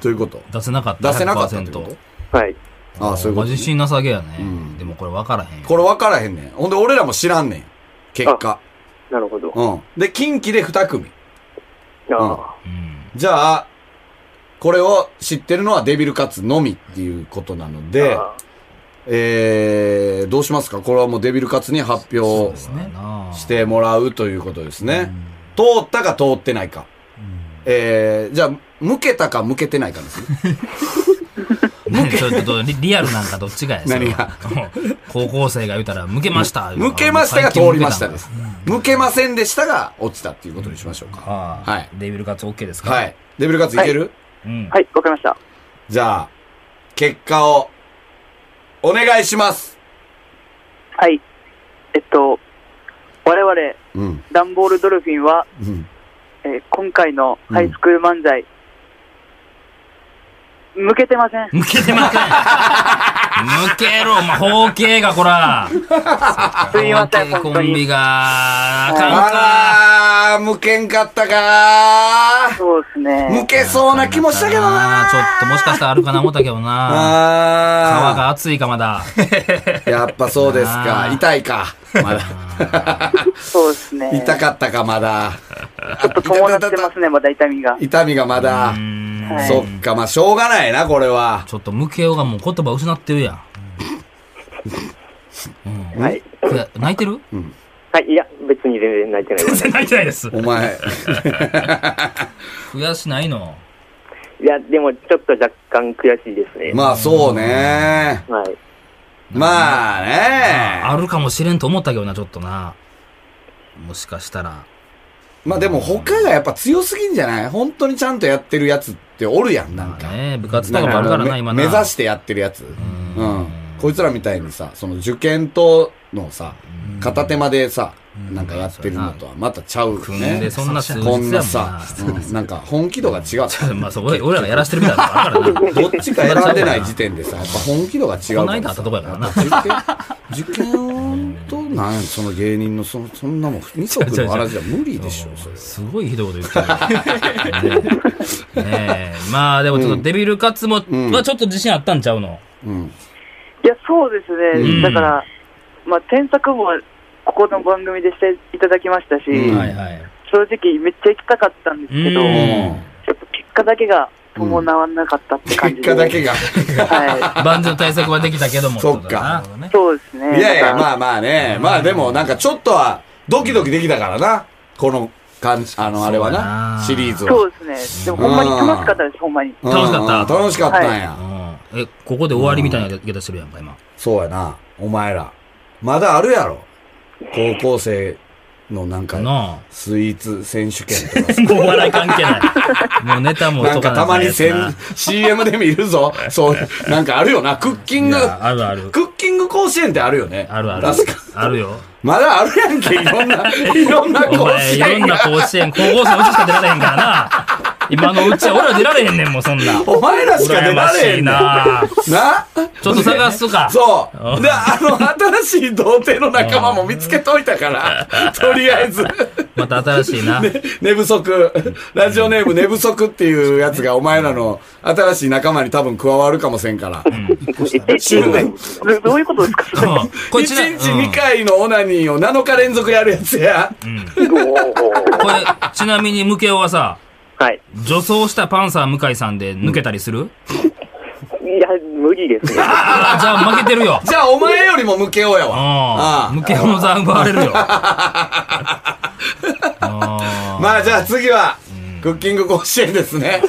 [SPEAKER 3] ということ。
[SPEAKER 2] 出せなかった。
[SPEAKER 3] 出せなかったってこ
[SPEAKER 2] 100%
[SPEAKER 3] と。
[SPEAKER 7] な。はい。
[SPEAKER 3] ああ、そういう
[SPEAKER 2] ま
[SPEAKER 3] こ
[SPEAKER 2] あ
[SPEAKER 3] と
[SPEAKER 2] 自。信なさげやね
[SPEAKER 3] うん。
[SPEAKER 2] でもこれ分からへんよ。
[SPEAKER 3] これ分からへんねん。ほんで、俺らも知らんねん。結果。
[SPEAKER 7] なるほど。
[SPEAKER 3] うん。で、近畿で2組。
[SPEAKER 7] あ
[SPEAKER 2] うん。
[SPEAKER 3] じゃあ、これを知ってるのはデビルカツのみっていうことなので、
[SPEAKER 7] あ
[SPEAKER 3] えー、どうしますかこれはもうデビルカツに発表
[SPEAKER 2] そうやな
[SPEAKER 3] してもらうということですね。通ったか通ってないか。えー、じゃあ、向けたか向けてないかですね。
[SPEAKER 2] ねちょっとリリアルなんかどっちかやそれはうん高校生が言うたら、向けました。
[SPEAKER 3] 向けましたが通りましたで
[SPEAKER 2] 最
[SPEAKER 3] す。向けませんでしたが落ちたっていうことにしましょう
[SPEAKER 2] 近向けた
[SPEAKER 3] か。
[SPEAKER 2] の。
[SPEAKER 3] は
[SPEAKER 2] はいい。デビルカツ OK ですか
[SPEAKER 3] はい。デビルカツいける、
[SPEAKER 2] うん。
[SPEAKER 6] はい、わかりました。
[SPEAKER 3] じゃあ、結果を、お願いします。
[SPEAKER 6] はい。えっと、我々、
[SPEAKER 3] うん。
[SPEAKER 6] ダンボールドルフィンは、
[SPEAKER 3] うん。
[SPEAKER 6] えー今回のハイスクール漫才、向けてません。
[SPEAKER 2] 向けてません。向けろ、まあ、包茎が、こら。
[SPEAKER 6] すいません
[SPEAKER 2] 包茎コンビが、あかんか。
[SPEAKER 3] あらー、向けんかったか
[SPEAKER 6] そうです
[SPEAKER 3] ー。向
[SPEAKER 6] ね。
[SPEAKER 3] けそうな気もしたけどなー。
[SPEAKER 2] ちょっともしかしたらあるかな思ったけどな。皮
[SPEAKER 3] あ
[SPEAKER 2] が厚いかまだ。
[SPEAKER 3] ー。やっぱそうですか
[SPEAKER 2] あ。ー
[SPEAKER 3] 痛いか。まだ。
[SPEAKER 6] そうですね。
[SPEAKER 3] 痛かったか、まだ。
[SPEAKER 6] ちょっと伴ってますね、まだ痛みが。
[SPEAKER 3] 痛みがまだ
[SPEAKER 2] う。ん
[SPEAKER 6] はい
[SPEAKER 3] そっか、まあ、しょうがないな、これは。
[SPEAKER 2] ちょっと向けようがもう言葉失ってるやん。うん。
[SPEAKER 7] はい。
[SPEAKER 2] これ泣いてる
[SPEAKER 7] はい、いや、別に全然泣いてないで
[SPEAKER 2] 全
[SPEAKER 7] す。
[SPEAKER 2] 然泣いてないです。
[SPEAKER 3] お前。
[SPEAKER 2] 悔しないの。
[SPEAKER 7] いや、でもちょっと若干悔しいですね。
[SPEAKER 3] まあ、そうね。
[SPEAKER 7] はい。
[SPEAKER 3] まあ
[SPEAKER 2] あ
[SPEAKER 3] ね。
[SPEAKER 2] るかもしれんと思ったけどな、ちょっとな。もしかしたら。
[SPEAKER 3] まあ、でも他がやっぱ強すぎんじゃない本当にちゃんとやってるやつっておるやん、なん
[SPEAKER 2] ま
[SPEAKER 3] か
[SPEAKER 2] あ。ね、部活とかもあるか
[SPEAKER 3] な
[SPEAKER 2] ら
[SPEAKER 3] ん
[SPEAKER 2] な、
[SPEAKER 3] か
[SPEAKER 2] 今な。
[SPEAKER 3] 目目指してやってるやつ。うん。こいつらみたいにさ、その受験とのさ、片手間でさ、なんかやってるのとはまたちゃう
[SPEAKER 2] 組ん
[SPEAKER 3] ね
[SPEAKER 2] で、。そんな数日やも
[SPEAKER 3] こ
[SPEAKER 2] ん
[SPEAKER 3] ん
[SPEAKER 2] な
[SPEAKER 3] な。さ、うんなんか本気度が違う。
[SPEAKER 2] まあ、そう俺俺らがやらしてるみたいなのがある からな。
[SPEAKER 3] どっちか選んでない時点でさ、やっぱ本気度が違うからさ。
[SPEAKER 2] この間あったとこやからな
[SPEAKER 3] 受験、受験と、なんやその芸人のそ、そんなもん、二足のわらじゃ無理でしょ、それ。
[SPEAKER 2] すごいひどいこと言ってる。ねえ。まあでもちょっとデビルカツも、
[SPEAKER 3] ん
[SPEAKER 2] はちょっと自信あったんちゃうの。
[SPEAKER 3] うん。
[SPEAKER 6] いや、そうですね。
[SPEAKER 2] うん
[SPEAKER 6] だから、まあ、添削もここの番組でしていただきましたし、
[SPEAKER 3] うん
[SPEAKER 2] はいはい。
[SPEAKER 6] 正直めっちゃ行きたかったんですけど、
[SPEAKER 2] うん
[SPEAKER 6] ちょっと結果だけが伴わなかったって感じ
[SPEAKER 3] 結
[SPEAKER 6] で。
[SPEAKER 3] 果だ けが。
[SPEAKER 6] は。
[SPEAKER 2] 万全の対策はできたけども。
[SPEAKER 3] そっか
[SPEAKER 2] ってことだない
[SPEAKER 6] そうですね。
[SPEAKER 3] いやいや、
[SPEAKER 6] だから
[SPEAKER 3] まあまあね。まあでも、なんかちょっとは、ドキドキできたからな。この感じ、あの、あれは
[SPEAKER 2] そうだ
[SPEAKER 3] な
[SPEAKER 2] な。
[SPEAKER 3] シリーズ
[SPEAKER 6] そ
[SPEAKER 3] は。
[SPEAKER 6] うですね。でもほんまに楽しかったです、ほんまに。
[SPEAKER 3] うん
[SPEAKER 2] 楽しかった
[SPEAKER 3] うん楽しかったんや。
[SPEAKER 2] うんえ、ここで終わりみたいな言い方してるやんか、今。
[SPEAKER 3] そうやな。お前ら。まだあるやろ。高校生のなんか、
[SPEAKER 2] なあ。
[SPEAKER 3] スイーツ選手権とかさ。
[SPEAKER 2] もうお笑い関係ない。もうネタも
[SPEAKER 3] なん
[SPEAKER 2] とか
[SPEAKER 3] かたまに
[SPEAKER 2] せ
[SPEAKER 3] せん CM で見る ぞ。そう、なんかあるよな。クッキング、
[SPEAKER 2] あるある。
[SPEAKER 3] クッキング甲子園ってあるよね。
[SPEAKER 2] あるある
[SPEAKER 3] 確か。。
[SPEAKER 2] あるよ。
[SPEAKER 3] まだあるやんけ、いろん な、いろんな
[SPEAKER 2] お
[SPEAKER 3] 甲
[SPEAKER 2] 前、い
[SPEAKER 3] 子
[SPEAKER 2] ろ
[SPEAKER 3] 園
[SPEAKER 2] んな
[SPEAKER 3] が。
[SPEAKER 2] 甲子園、高校生のうちしか出られへんからな。今のうちは俺ら出られへんねん、もうそんな。
[SPEAKER 3] お前らしか出
[SPEAKER 2] 羨ま
[SPEAKER 3] られ
[SPEAKER 2] し
[SPEAKER 3] へ
[SPEAKER 2] い
[SPEAKER 3] んねん
[SPEAKER 2] な
[SPEAKER 3] な
[SPEAKER 2] ちょっと探すか。
[SPEAKER 3] そう。
[SPEAKER 2] うん
[SPEAKER 3] で、あの、新しい童貞の仲間も見つけといたから、とりあえず、
[SPEAKER 2] また新しいな。
[SPEAKER 3] 寝不足、ラジオネーム寝不足っていうやつがお前らの新しい仲間に多分加わるかもせんから。
[SPEAKER 6] え、えどどういうことですかそれ
[SPEAKER 2] うんこれ
[SPEAKER 3] 一
[SPEAKER 2] ちな、うん、
[SPEAKER 3] 日2回のオナニーを7日連続やるやつや。
[SPEAKER 2] これ、ちなみに、ムケオはさ、
[SPEAKER 7] はい。
[SPEAKER 2] 女装したパンサー向井さんで抜けたりする、
[SPEAKER 7] いや、無理ですね。
[SPEAKER 2] ああ、じゃあ負けてるよ。
[SPEAKER 3] じゃあお前よりも向けようや
[SPEAKER 2] う
[SPEAKER 3] わ。
[SPEAKER 2] ん。
[SPEAKER 3] うん
[SPEAKER 2] ムケオの座奪われるよ。 あ
[SPEAKER 3] まあじゃあ次は、クッキング甲子園ですね。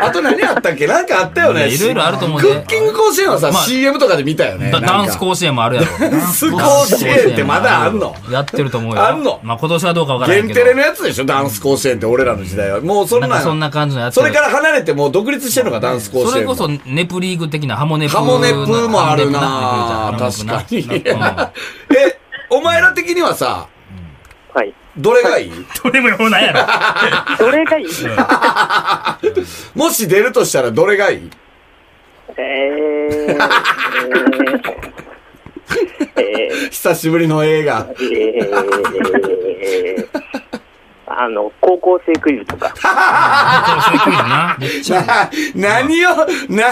[SPEAKER 3] あと何あったっけなんかあったよね。
[SPEAKER 2] いろいろあると思う
[SPEAKER 3] ク
[SPEAKER 2] ね
[SPEAKER 3] ッキング甲子園はさ、
[SPEAKER 2] まあ
[SPEAKER 3] CM とかで見たよね。
[SPEAKER 2] だダンス
[SPEAKER 3] 子
[SPEAKER 2] 甲子園もあるやろ。
[SPEAKER 3] ダンス甲子園ってまだあんの
[SPEAKER 2] やってると思うよ。
[SPEAKER 3] あんの
[SPEAKER 2] まあ今年はどうかわからない
[SPEAKER 3] 限
[SPEAKER 2] けど。
[SPEAKER 3] テレのやつでしょダンス甲子園って俺らの時代は。もうそん
[SPEAKER 2] なんか
[SPEAKER 3] な
[SPEAKER 2] そん
[SPEAKER 3] ん、
[SPEAKER 2] な感じのやつ。
[SPEAKER 3] それから離れてもう独立してるのがダンス甲子園。
[SPEAKER 2] それこそ、ネプリーグ的なハモネプ
[SPEAKER 3] ハモネプーもあるな
[SPEAKER 2] ハモネプ
[SPEAKER 3] 確
[SPEAKER 2] な
[SPEAKER 3] かに。
[SPEAKER 2] ハモネプなうん
[SPEAKER 3] え、お前ら的にはさ、
[SPEAKER 7] はい。
[SPEAKER 3] どれがいい
[SPEAKER 2] どれもようないやろ。
[SPEAKER 6] どれがいい
[SPEAKER 3] もし出るとしたらどれがいい
[SPEAKER 7] えー、えー、えー
[SPEAKER 3] 久しぶりの映画。
[SPEAKER 7] えー、あの、高校生クイズとか。
[SPEAKER 2] そういうクイズな。めっちゃ
[SPEAKER 3] な何を、な、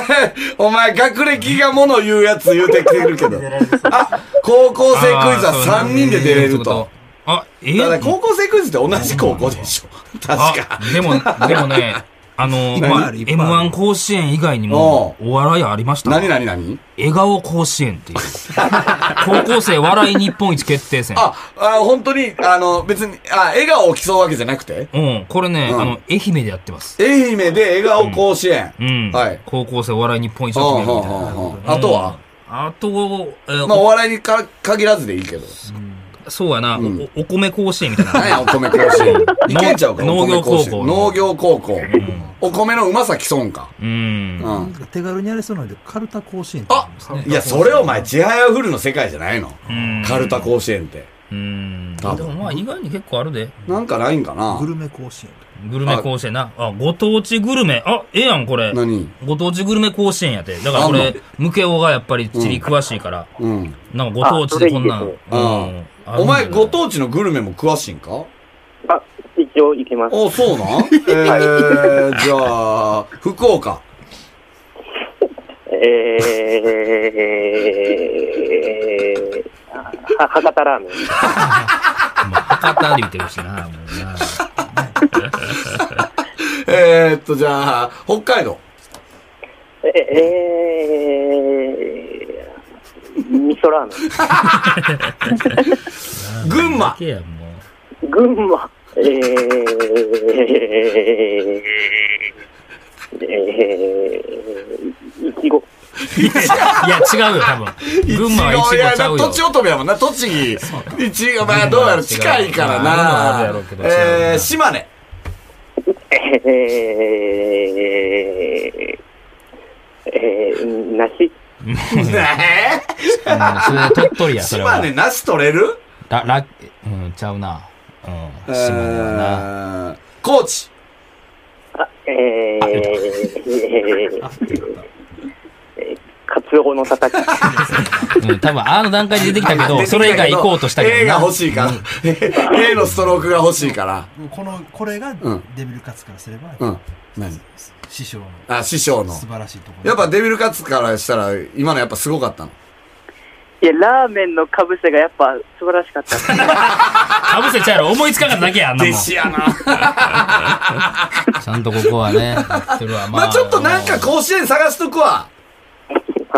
[SPEAKER 3] お前学歴がもの言うやつ言うてきてるけ ど。あ、高校生クイズは3人で出れると。。
[SPEAKER 2] あ、え
[SPEAKER 3] ただ高校生クイズって同じ高校でしょ。確か
[SPEAKER 2] あ。、でも、でもね、あの、まあ、M1 甲子園以外にも、お笑いありました。
[SPEAKER 3] 何何何
[SPEAKER 2] 笑顔甲子園 っていう。高校生笑い日本一決定戦。
[SPEAKER 3] あ、あ、本当に、あの、別に、あ、笑顔を競うわけじゃなくて
[SPEAKER 2] うん、これね、
[SPEAKER 3] うん
[SPEAKER 2] あの、愛媛でやってます。
[SPEAKER 3] 愛媛で笑顔甲子園。
[SPEAKER 2] うん。
[SPEAKER 3] はい。
[SPEAKER 2] 高校生お笑い日本一
[SPEAKER 3] うん
[SPEAKER 2] を
[SPEAKER 3] うん
[SPEAKER 2] 決めるみ
[SPEAKER 3] う
[SPEAKER 2] た
[SPEAKER 3] んうん
[SPEAKER 2] いな。
[SPEAKER 3] あとは
[SPEAKER 2] あと、えー
[SPEAKER 3] まあ、お笑いにか限らずでいいけど。
[SPEAKER 2] そうやな、おお米甲子園みたい
[SPEAKER 3] 何や、
[SPEAKER 2] な
[SPEAKER 3] お。米甲子園。いけんちゃうか、
[SPEAKER 2] 農
[SPEAKER 3] お米甲子園農
[SPEAKER 2] 農
[SPEAKER 3] 業高校。お米のうまさ競うんか。
[SPEAKER 2] うん。
[SPEAKER 3] うん。
[SPEAKER 4] 手軽にやれそうなので、カルタ甲子園って
[SPEAKER 3] あいや、それお前、ちはやふるの世界じゃないの。カルタ甲子園って。
[SPEAKER 2] うん。で
[SPEAKER 3] 多分
[SPEAKER 2] もまあ意外に結構あるで。
[SPEAKER 3] なんかないんかな
[SPEAKER 4] グルメ甲子園
[SPEAKER 2] グルメ甲子園な。あ、ご当地グルメ。あ、ええやん、これ。
[SPEAKER 3] 何
[SPEAKER 2] ご当地グルメ甲子園やて。だからこ
[SPEAKER 3] あん
[SPEAKER 2] れ、ムケオがやっぱり地理詳しいから、
[SPEAKER 3] うん。
[SPEAKER 2] なんかご当地でこんなん。
[SPEAKER 7] あそれいい
[SPEAKER 2] うん
[SPEAKER 3] う
[SPEAKER 7] で
[SPEAKER 3] ん
[SPEAKER 2] あるん
[SPEAKER 3] お前、
[SPEAKER 2] じゃない
[SPEAKER 3] ご当地のグルメも詳しいんか
[SPEAKER 7] あ、一応行きます。
[SPEAKER 3] あ、そう なんえー、じゃあ、福岡。
[SPEAKER 7] えー、は博多ラーメン。
[SPEAKER 2] まあ博多で言ってほしいな、もうな。
[SPEAKER 3] えーっと、じゃあ、北海道。
[SPEAKER 7] ええー、味噌ラー
[SPEAKER 3] 群馬
[SPEAKER 2] だけやもう
[SPEAKER 7] メン。群馬。えー、えー、えー、いちご。
[SPEAKER 2] いや、違うよ、多分。群馬はイチゴちゃ
[SPEAKER 3] い
[SPEAKER 2] う
[SPEAKER 3] やと。
[SPEAKER 2] よ
[SPEAKER 3] ちおとめやもんな、栃木。一応、まあ、どうやろ、近いから
[SPEAKER 2] まあ
[SPEAKER 3] な
[SPEAKER 2] 群馬は違うまあ群馬はあるやろうけ。ど違う
[SPEAKER 3] えー、島根。
[SPEAKER 7] えー、えー、えー、梨。
[SPEAKER 3] ね
[SPEAKER 2] うんそれは鳥取
[SPEAKER 3] え
[SPEAKER 2] や、それ
[SPEAKER 3] 島
[SPEAKER 2] は。
[SPEAKER 3] 根、梨取れる
[SPEAKER 2] ら、ら、うん、ちゃうな。うん、島根はな。
[SPEAKER 3] えー高知。
[SPEAKER 7] えー、えー、カツオのたたき。
[SPEAKER 2] うん、多分、あの段階で出てきたけ
[SPEAKER 3] 出て
[SPEAKER 2] ど、
[SPEAKER 3] き
[SPEAKER 2] それ以外行こうとしたけ
[SPEAKER 3] A
[SPEAKER 2] ど
[SPEAKER 3] が
[SPEAKER 2] な。
[SPEAKER 3] 欲しいから。A のストロークが欲しいから。
[SPEAKER 4] この、これが
[SPEAKER 3] うん
[SPEAKER 4] デビルカツからすれば、
[SPEAKER 3] うん。何
[SPEAKER 4] 師匠の
[SPEAKER 3] あ、師匠の。
[SPEAKER 4] 素晴らしいところ。
[SPEAKER 3] やっぱデビルカツからしたら、今のやっぱすごかったの。
[SPEAKER 6] いや、ラーメンのかぶせがやっぱ素晴らしかった。
[SPEAKER 2] かぶせちゃうやろ、思いつかなかっただけや、あんな もん。ち
[SPEAKER 3] やな。
[SPEAKER 2] ゃんとここはね、やってるわ。ま
[SPEAKER 3] まあちょっとなんか甲子園探しとくわ。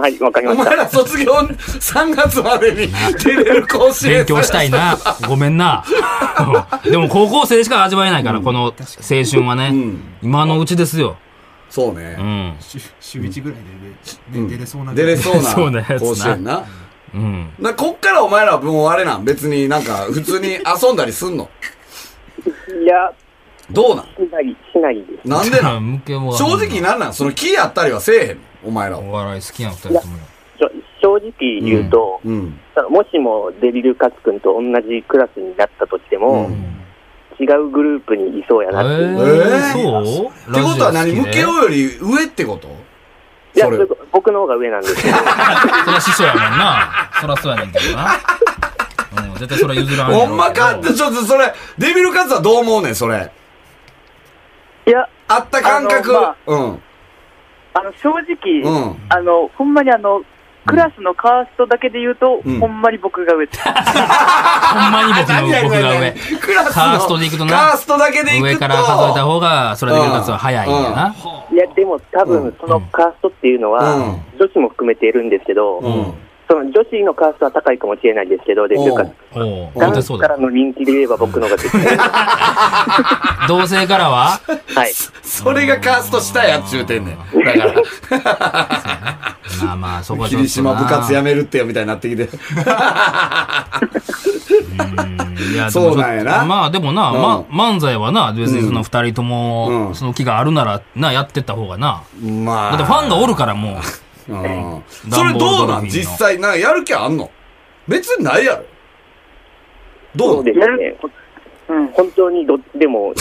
[SPEAKER 7] はい、わかりま
[SPEAKER 3] お
[SPEAKER 7] した
[SPEAKER 3] 前。ら卒業3月までに出れる甲子園。
[SPEAKER 2] 勉強したいな。ごめんな。でも高校生でしか味わえないから、この青春はね、
[SPEAKER 3] うん
[SPEAKER 2] 今のうちですよ。
[SPEAKER 3] そう
[SPEAKER 2] う
[SPEAKER 3] ね。
[SPEAKER 2] ん。
[SPEAKER 4] 週週1ぐらいで、
[SPEAKER 3] う
[SPEAKER 4] ね
[SPEAKER 3] ん
[SPEAKER 4] 出れそうなぐ
[SPEAKER 3] 出
[SPEAKER 4] らい
[SPEAKER 3] れそうな
[SPEAKER 2] そうなやつな
[SPEAKER 3] 甲子園な。
[SPEAKER 2] うん。
[SPEAKER 3] な、こっからお前らはもうあれなん。別になんか普通に遊んだりすんの。
[SPEAKER 7] いや、
[SPEAKER 3] どうなん
[SPEAKER 7] しない、しないです。
[SPEAKER 3] なんでなん
[SPEAKER 2] 向けも
[SPEAKER 3] 正直なんなんその木やったりはせえへんのお前らは。
[SPEAKER 2] お笑い好きな二人ともよ。
[SPEAKER 7] ちょ正直言うと、
[SPEAKER 3] うん。
[SPEAKER 7] もしもデビルカツ君と同じクラスになったとしても、違うグループにいそうや
[SPEAKER 2] え
[SPEAKER 7] なっていう。
[SPEAKER 3] ー
[SPEAKER 2] そう
[SPEAKER 3] ってことは何
[SPEAKER 2] ラジオ好
[SPEAKER 3] 向
[SPEAKER 2] きで
[SPEAKER 3] けようより上ってこと
[SPEAKER 7] いや、
[SPEAKER 3] それ
[SPEAKER 7] それ僕の方が上なんですけど、
[SPEAKER 2] そりゃ師匠やもんな。そりゃそうやねんけどな。うん、絶対それ譲らんやろうけど。
[SPEAKER 3] ほんまかって、ちょっとそれ、デビルカツはどう思うねん、それ。
[SPEAKER 6] いや、
[SPEAKER 3] あった感覚。
[SPEAKER 6] あ
[SPEAKER 3] うん。
[SPEAKER 6] あの、正直、
[SPEAKER 3] うん。
[SPEAKER 6] あの、ほんまにあの、クラスのカーストだけで言うと、
[SPEAKER 3] うん
[SPEAKER 6] ほんまに僕が上です。
[SPEAKER 2] ほんまに僕
[SPEAKER 3] 何や
[SPEAKER 2] の僕が上。
[SPEAKER 3] 何やクラスの。
[SPEAKER 2] カーストで行くとな
[SPEAKER 3] カーストだけで行くと。
[SPEAKER 2] 上から数えた方が、それできる数は早いんやな。
[SPEAKER 7] いや、でも多
[SPEAKER 3] うん
[SPEAKER 7] 分そのカーストっていうのは、
[SPEAKER 3] うん
[SPEAKER 7] 女子も含めているんですけど、
[SPEAKER 3] うん。
[SPEAKER 7] その女子のカーストは高いかもしれないですけど、デビルカツ。
[SPEAKER 2] おう、モ
[SPEAKER 7] 男
[SPEAKER 2] テそう
[SPEAKER 7] 子か
[SPEAKER 2] だ
[SPEAKER 7] ら。の人気で言えば僕の方が絶対は。
[SPEAKER 2] 同性からはい
[SPEAKER 3] それがカーストしたやっちゅうてんねん。だから、
[SPEAKER 2] まあまあ、そこはちょっと
[SPEAKER 3] 霧
[SPEAKER 2] な。
[SPEAKER 3] 島部活やめるってよみたいになってきて。
[SPEAKER 2] うんいやでも
[SPEAKER 3] そうなんやな
[SPEAKER 2] まあでもな、
[SPEAKER 3] うん
[SPEAKER 2] ま、漫才はな、別にその二人と
[SPEAKER 3] うん
[SPEAKER 2] も、その気があるなら、な、やってった方がな。
[SPEAKER 3] ま
[SPEAKER 2] だ
[SPEAKER 3] あ。
[SPEAKER 2] ってファンがおるからもう。
[SPEAKER 3] うん。それどうなん実際、な、やる気あんの別にないやろ。どう
[SPEAKER 7] そうですね。
[SPEAKER 6] うん。
[SPEAKER 7] 本当にどっちでも、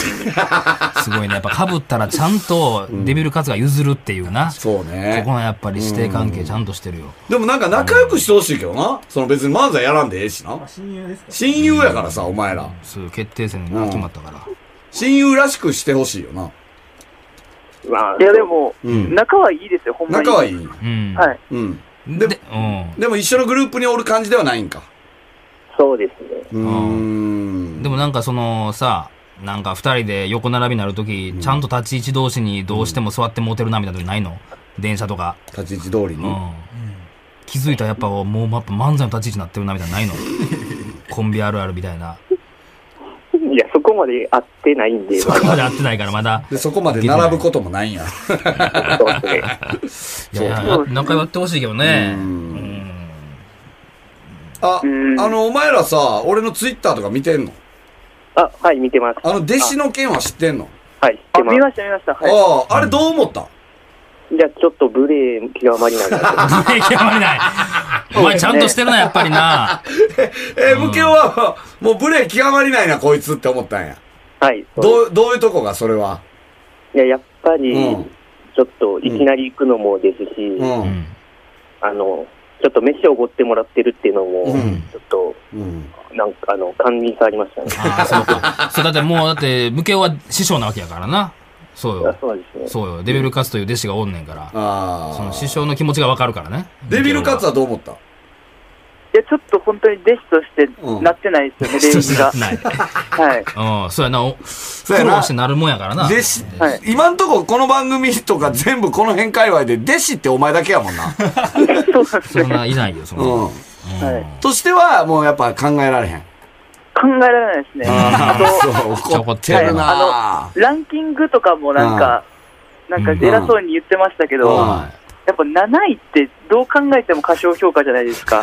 [SPEAKER 2] すごいね。やっぱ被ったらちゃんとデビルカツが譲るっていうな。
[SPEAKER 3] そうね
[SPEAKER 2] そこ。のやっぱり師弟関係ちゃんとしてるよ。
[SPEAKER 3] でもなんか仲良くしてほしいけどな。その別に漫才やらんでええしな。
[SPEAKER 5] 親友ですか
[SPEAKER 3] 親友やからさ、お前ら。
[SPEAKER 2] そういう決定戦が決まったから。
[SPEAKER 3] 親友らしくしてほしいよな。
[SPEAKER 7] まあ、
[SPEAKER 6] いや、でも、
[SPEAKER 3] うん
[SPEAKER 6] 仲はいいですよ、ほんまに。
[SPEAKER 3] 仲はい
[SPEAKER 6] い。
[SPEAKER 3] い。
[SPEAKER 2] うん。
[SPEAKER 6] はい。
[SPEAKER 3] うん。
[SPEAKER 2] で、
[SPEAKER 3] で
[SPEAKER 2] うん。
[SPEAKER 3] でも一緒のグループにおる感じではないんか。
[SPEAKER 7] そうですね。
[SPEAKER 3] うーん。
[SPEAKER 2] でもなんかそのさ、なんか二人で横並びになるとき、ちゃんと立ち位置同士にどうしても座ってモテるなみたいな時ないの電車とか。
[SPEAKER 3] 立ち位置通り
[SPEAKER 2] う
[SPEAKER 3] に。
[SPEAKER 2] ん。気づいたらやっぱもうやっぱ漫才の立ち位置になってるなみたいな ないのコンビあるあるみたいな。
[SPEAKER 7] いや、そこまで合ってないんで、
[SPEAKER 2] そこまで合ってないからまだ。
[SPEAKER 3] で、そこまで並ぶこともないんや。
[SPEAKER 7] まあそうですね。
[SPEAKER 2] いやいや、仲良くやってほしいけどね。
[SPEAKER 3] う
[SPEAKER 2] うんん。
[SPEAKER 3] あ、あ
[SPEAKER 7] うん
[SPEAKER 3] の、お前らさ、俺のツイッターとか見てんの
[SPEAKER 7] あ、はい、見てます。
[SPEAKER 3] あの、弟子の件は知ってんの
[SPEAKER 7] はい、知っ
[SPEAKER 6] あ、
[SPEAKER 7] てま
[SPEAKER 6] 見
[SPEAKER 7] す。
[SPEAKER 6] ました、見ました。はい。
[SPEAKER 3] ああ、あれどう思った
[SPEAKER 7] じゃあ、ちょっと無礼極ま りないなと。
[SPEAKER 2] ブレーキはまれない。お前ちゃんとしてるな、やっぱりな。
[SPEAKER 3] えー、ムケオは、もう無礼極まりないな、こいつって思ったんや。
[SPEAKER 7] はい。
[SPEAKER 3] どう、どういうとこが、それは。
[SPEAKER 7] いや、やっぱり、
[SPEAKER 3] うん
[SPEAKER 7] ちょっと、いきなり行くのもですし、
[SPEAKER 3] うん。う。
[SPEAKER 2] うんん。
[SPEAKER 7] あの、ちょっと飯をおごってもらってるっていうのも、
[SPEAKER 3] うん
[SPEAKER 7] ちょっと、なんか、あの、堪忍さありましたね。
[SPEAKER 2] ああ、そうか。そう、だってもう、だって、武家は師匠なわけやからな。そう
[SPEAKER 7] あ
[SPEAKER 2] よ。
[SPEAKER 7] そうですね。
[SPEAKER 2] そうよ。デビルカツという弟子がおんねんから。
[SPEAKER 3] ああ。
[SPEAKER 2] その師匠の気持ちがわかるからね。
[SPEAKER 3] デビルカツはどう思った
[SPEAKER 6] いや、ちょっと本当に弟子として
[SPEAKER 3] うん
[SPEAKER 6] なってないですよ
[SPEAKER 2] 弟
[SPEAKER 6] ね、礼
[SPEAKER 2] 子
[SPEAKER 6] 儀
[SPEAKER 2] が
[SPEAKER 6] が。
[SPEAKER 2] ない。
[SPEAKER 6] はい。
[SPEAKER 2] うん、そうやな。お
[SPEAKER 3] うや
[SPEAKER 2] 苦
[SPEAKER 3] な
[SPEAKER 2] 労してなるもんやからな。
[SPEAKER 3] 弟子、
[SPEAKER 6] はい
[SPEAKER 3] 今んとここの番組とか全部この辺界隈で弟子ってお前だけやもんな。
[SPEAKER 6] そうなんです
[SPEAKER 2] そ
[SPEAKER 6] ね。
[SPEAKER 2] んないないよ、そんな。
[SPEAKER 3] う
[SPEAKER 2] うん
[SPEAKER 3] ん。としては、もうやっぱ考えられ へん。
[SPEAKER 6] 考えられないですね。
[SPEAKER 3] あそう、怒ってるな
[SPEAKER 6] はランキングとかもなんか、なんか偉そうに言ってましたけど、
[SPEAKER 3] うん
[SPEAKER 6] やっぱ7位ってどう考えても過小評価じゃないです か。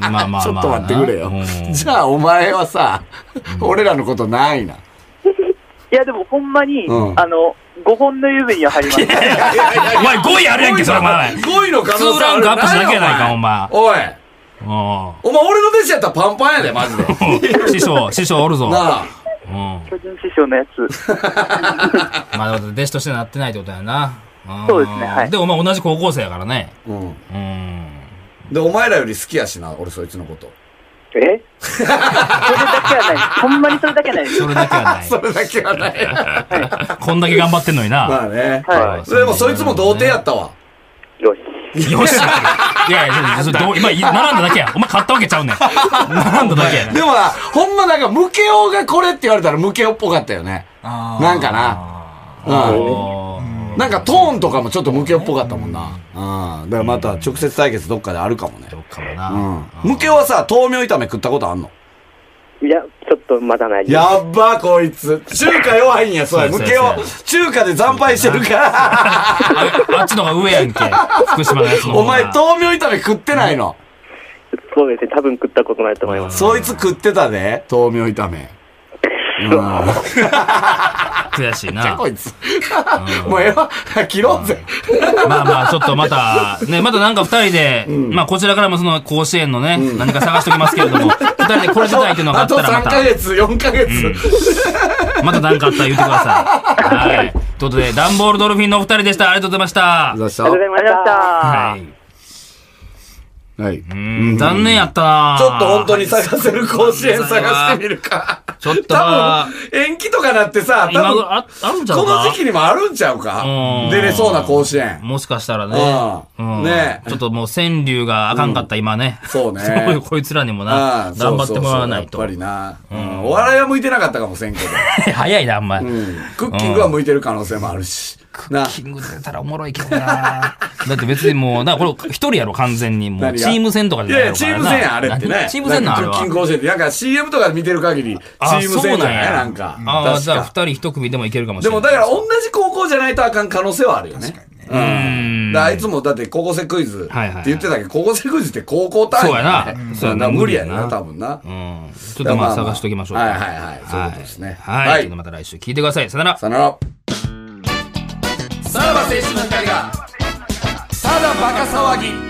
[SPEAKER 2] まあまあまあ。
[SPEAKER 3] ちょっと待ってくれよ。じゃ
[SPEAKER 2] あ。
[SPEAKER 3] あお前はさ、俺らのことないな。
[SPEAKER 6] いや、でもほんまに、
[SPEAKER 3] うん
[SPEAKER 6] あの、5本の指には入りました。
[SPEAKER 2] お前5位あるやんけ、それお前。
[SPEAKER 3] 5位の可能性
[SPEAKER 2] 2ランクアップしなきゃやないか、お
[SPEAKER 3] お前。
[SPEAKER 2] 前。
[SPEAKER 3] おい、
[SPEAKER 2] うん。
[SPEAKER 3] お前俺の弟子やったらパンパンやで、マジで。
[SPEAKER 2] 師匠、師匠おるぞ。
[SPEAKER 3] なあ。
[SPEAKER 2] うん。ま
[SPEAKER 6] 巨人師匠のや つ。
[SPEAKER 2] あ、弟子としてなってないってことやな。ん
[SPEAKER 6] そうですねはい
[SPEAKER 2] で、お前同じ高校生やからね。
[SPEAKER 3] うん。
[SPEAKER 2] うん。
[SPEAKER 3] で、お前らより好きやしな、俺そいつのこと。
[SPEAKER 7] え
[SPEAKER 6] それだけはない。ほんまにそれだけはないです。
[SPEAKER 2] それだけは な
[SPEAKER 3] そ
[SPEAKER 2] い。
[SPEAKER 3] れだけは ない。
[SPEAKER 2] こんだけ頑張ってんのに
[SPEAKER 3] ま
[SPEAKER 2] な。
[SPEAKER 3] あね。
[SPEAKER 6] はい
[SPEAKER 3] でもそいつも童貞やったわ。
[SPEAKER 7] よし。
[SPEAKER 2] よし。いやいや、そ れどう今、並んだだけや。お前買ったわけちゃうねん。並んだだけやね ん。
[SPEAKER 3] でもな、ほんまなんか、ムケオがこれって言われたらムケオっぽかったよね。なんかな。うん。
[SPEAKER 2] うん
[SPEAKER 3] なんかトーンとかもちょっとムケオっぽかったもんな。うん。だからまた直接対決どっかであるかもね。
[SPEAKER 2] どっかも
[SPEAKER 3] う
[SPEAKER 2] な。
[SPEAKER 3] ん。ムケオはさ、豆苗炒め食ったことあんの
[SPEAKER 7] いや、ちょっとまだないです。
[SPEAKER 3] やっば、こいつ。中華弱いんや、そうや。
[SPEAKER 2] そう
[SPEAKER 3] ム
[SPEAKER 2] や
[SPEAKER 3] ケオ
[SPEAKER 2] そうや。
[SPEAKER 3] 中華で惨敗してるから。
[SPEAKER 2] ああっ ちの方が上やんけ。福島のやつの方が。
[SPEAKER 3] お前、豆苗炒め食ってないの。
[SPEAKER 7] そうですね。多分食ったことないと思います。
[SPEAKER 3] そいつ食ってたで、豆苗炒め。うん。
[SPEAKER 2] 悔しいな。
[SPEAKER 3] こいつ。 もうええわ。切ろうぜ。
[SPEAKER 2] まあまあ、ちょっとまた、ね、またなんか二人で、まあこちらからもその甲子園のね、何か探しておきますけれども、二人でこれ出たいっていうのがあ
[SPEAKER 3] あ
[SPEAKER 2] った
[SPEAKER 3] と
[SPEAKER 2] らま
[SPEAKER 3] 3ヶ
[SPEAKER 2] た、
[SPEAKER 3] 月、4ヶ月。
[SPEAKER 2] また何かあったら言ってください。はい。ということで、ダンボールドルフィンのお二人でした。ありがとうございました。
[SPEAKER 3] どうした
[SPEAKER 7] ありがとうございました。
[SPEAKER 2] はい。
[SPEAKER 3] はい。
[SPEAKER 2] うん、残念やったな
[SPEAKER 3] ちょっと本当に探せる甲子園探してみるか。
[SPEAKER 2] ちょっと
[SPEAKER 3] 多
[SPEAKER 2] な
[SPEAKER 3] 分、延期とかなってさ、多
[SPEAKER 2] 今ぐ
[SPEAKER 3] 分、
[SPEAKER 2] らい、あ、あるんちゃうか
[SPEAKER 3] この時期にもあるんちゃうか
[SPEAKER 2] うん
[SPEAKER 3] 出れそうな甲子園。
[SPEAKER 2] もしかしたらね。
[SPEAKER 3] うん
[SPEAKER 2] うん
[SPEAKER 3] ねえ
[SPEAKER 2] ちょっともう川柳があかんかった、今ね。
[SPEAKER 3] そうね
[SPEAKER 2] そう いうこいつらにも
[SPEAKER 3] あ
[SPEAKER 2] な
[SPEAKER 3] あ、
[SPEAKER 2] 頑張ってもらわないと。
[SPEAKER 3] そうそうそうやっぱりな。うんお笑いは向いてなかったかもしれんけど。
[SPEAKER 2] 早いな、お前。
[SPEAKER 3] うんクッキングは向いてる可能性もあるし。な、
[SPEAKER 2] キング出たらおもろいけどな。 だって別にもう、な、これ一人やろ、完全に。もう、
[SPEAKER 3] 何
[SPEAKER 2] チ
[SPEAKER 3] が
[SPEAKER 2] ーム戦とか
[SPEAKER 3] い
[SPEAKER 2] じゃな
[SPEAKER 3] や
[SPEAKER 2] い
[SPEAKER 3] いや、
[SPEAKER 2] や
[SPEAKER 3] チ
[SPEAKER 2] ろ
[SPEAKER 3] ー
[SPEAKER 2] からな
[SPEAKER 3] ム戦や、あれってね
[SPEAKER 2] 何。チーム戦な
[SPEAKER 3] なんんか
[SPEAKER 2] あれ
[SPEAKER 3] クッキング
[SPEAKER 2] は。
[SPEAKER 3] 甲子園って、なんか CM とかで見てる限り、チ
[SPEAKER 2] あ
[SPEAKER 3] ーム戦じゃない
[SPEAKER 2] そ
[SPEAKER 3] な
[SPEAKER 2] うん
[SPEAKER 3] か。
[SPEAKER 2] ああ、
[SPEAKER 3] 確
[SPEAKER 2] じゃあ
[SPEAKER 3] か。
[SPEAKER 2] 二人一組でもいけるかもし
[SPEAKER 3] で
[SPEAKER 2] れな
[SPEAKER 3] も
[SPEAKER 2] い。
[SPEAKER 3] だから同じ高校じゃないとあかん可能性はあるよね。うん。だからあいつもだって高校生クイズって
[SPEAKER 2] はいはいはい
[SPEAKER 3] 言ってたけど、高校生クイズって高校単位だね
[SPEAKER 2] そうやな
[SPEAKER 3] うん
[SPEAKER 2] そうやな
[SPEAKER 3] だから無理や
[SPEAKER 2] 無理
[SPEAKER 3] な、
[SPEAKER 2] やな
[SPEAKER 3] 多分な。
[SPEAKER 2] うん。ちょっとまあ探しておきましょうか。
[SPEAKER 3] はいはいはいそういうことですね
[SPEAKER 2] はい。
[SPEAKER 3] はい
[SPEAKER 2] ということでまた来週聞いてください。さよなら。
[SPEAKER 3] さよなら。さらば青春の光が、ただバカ騒ぎ。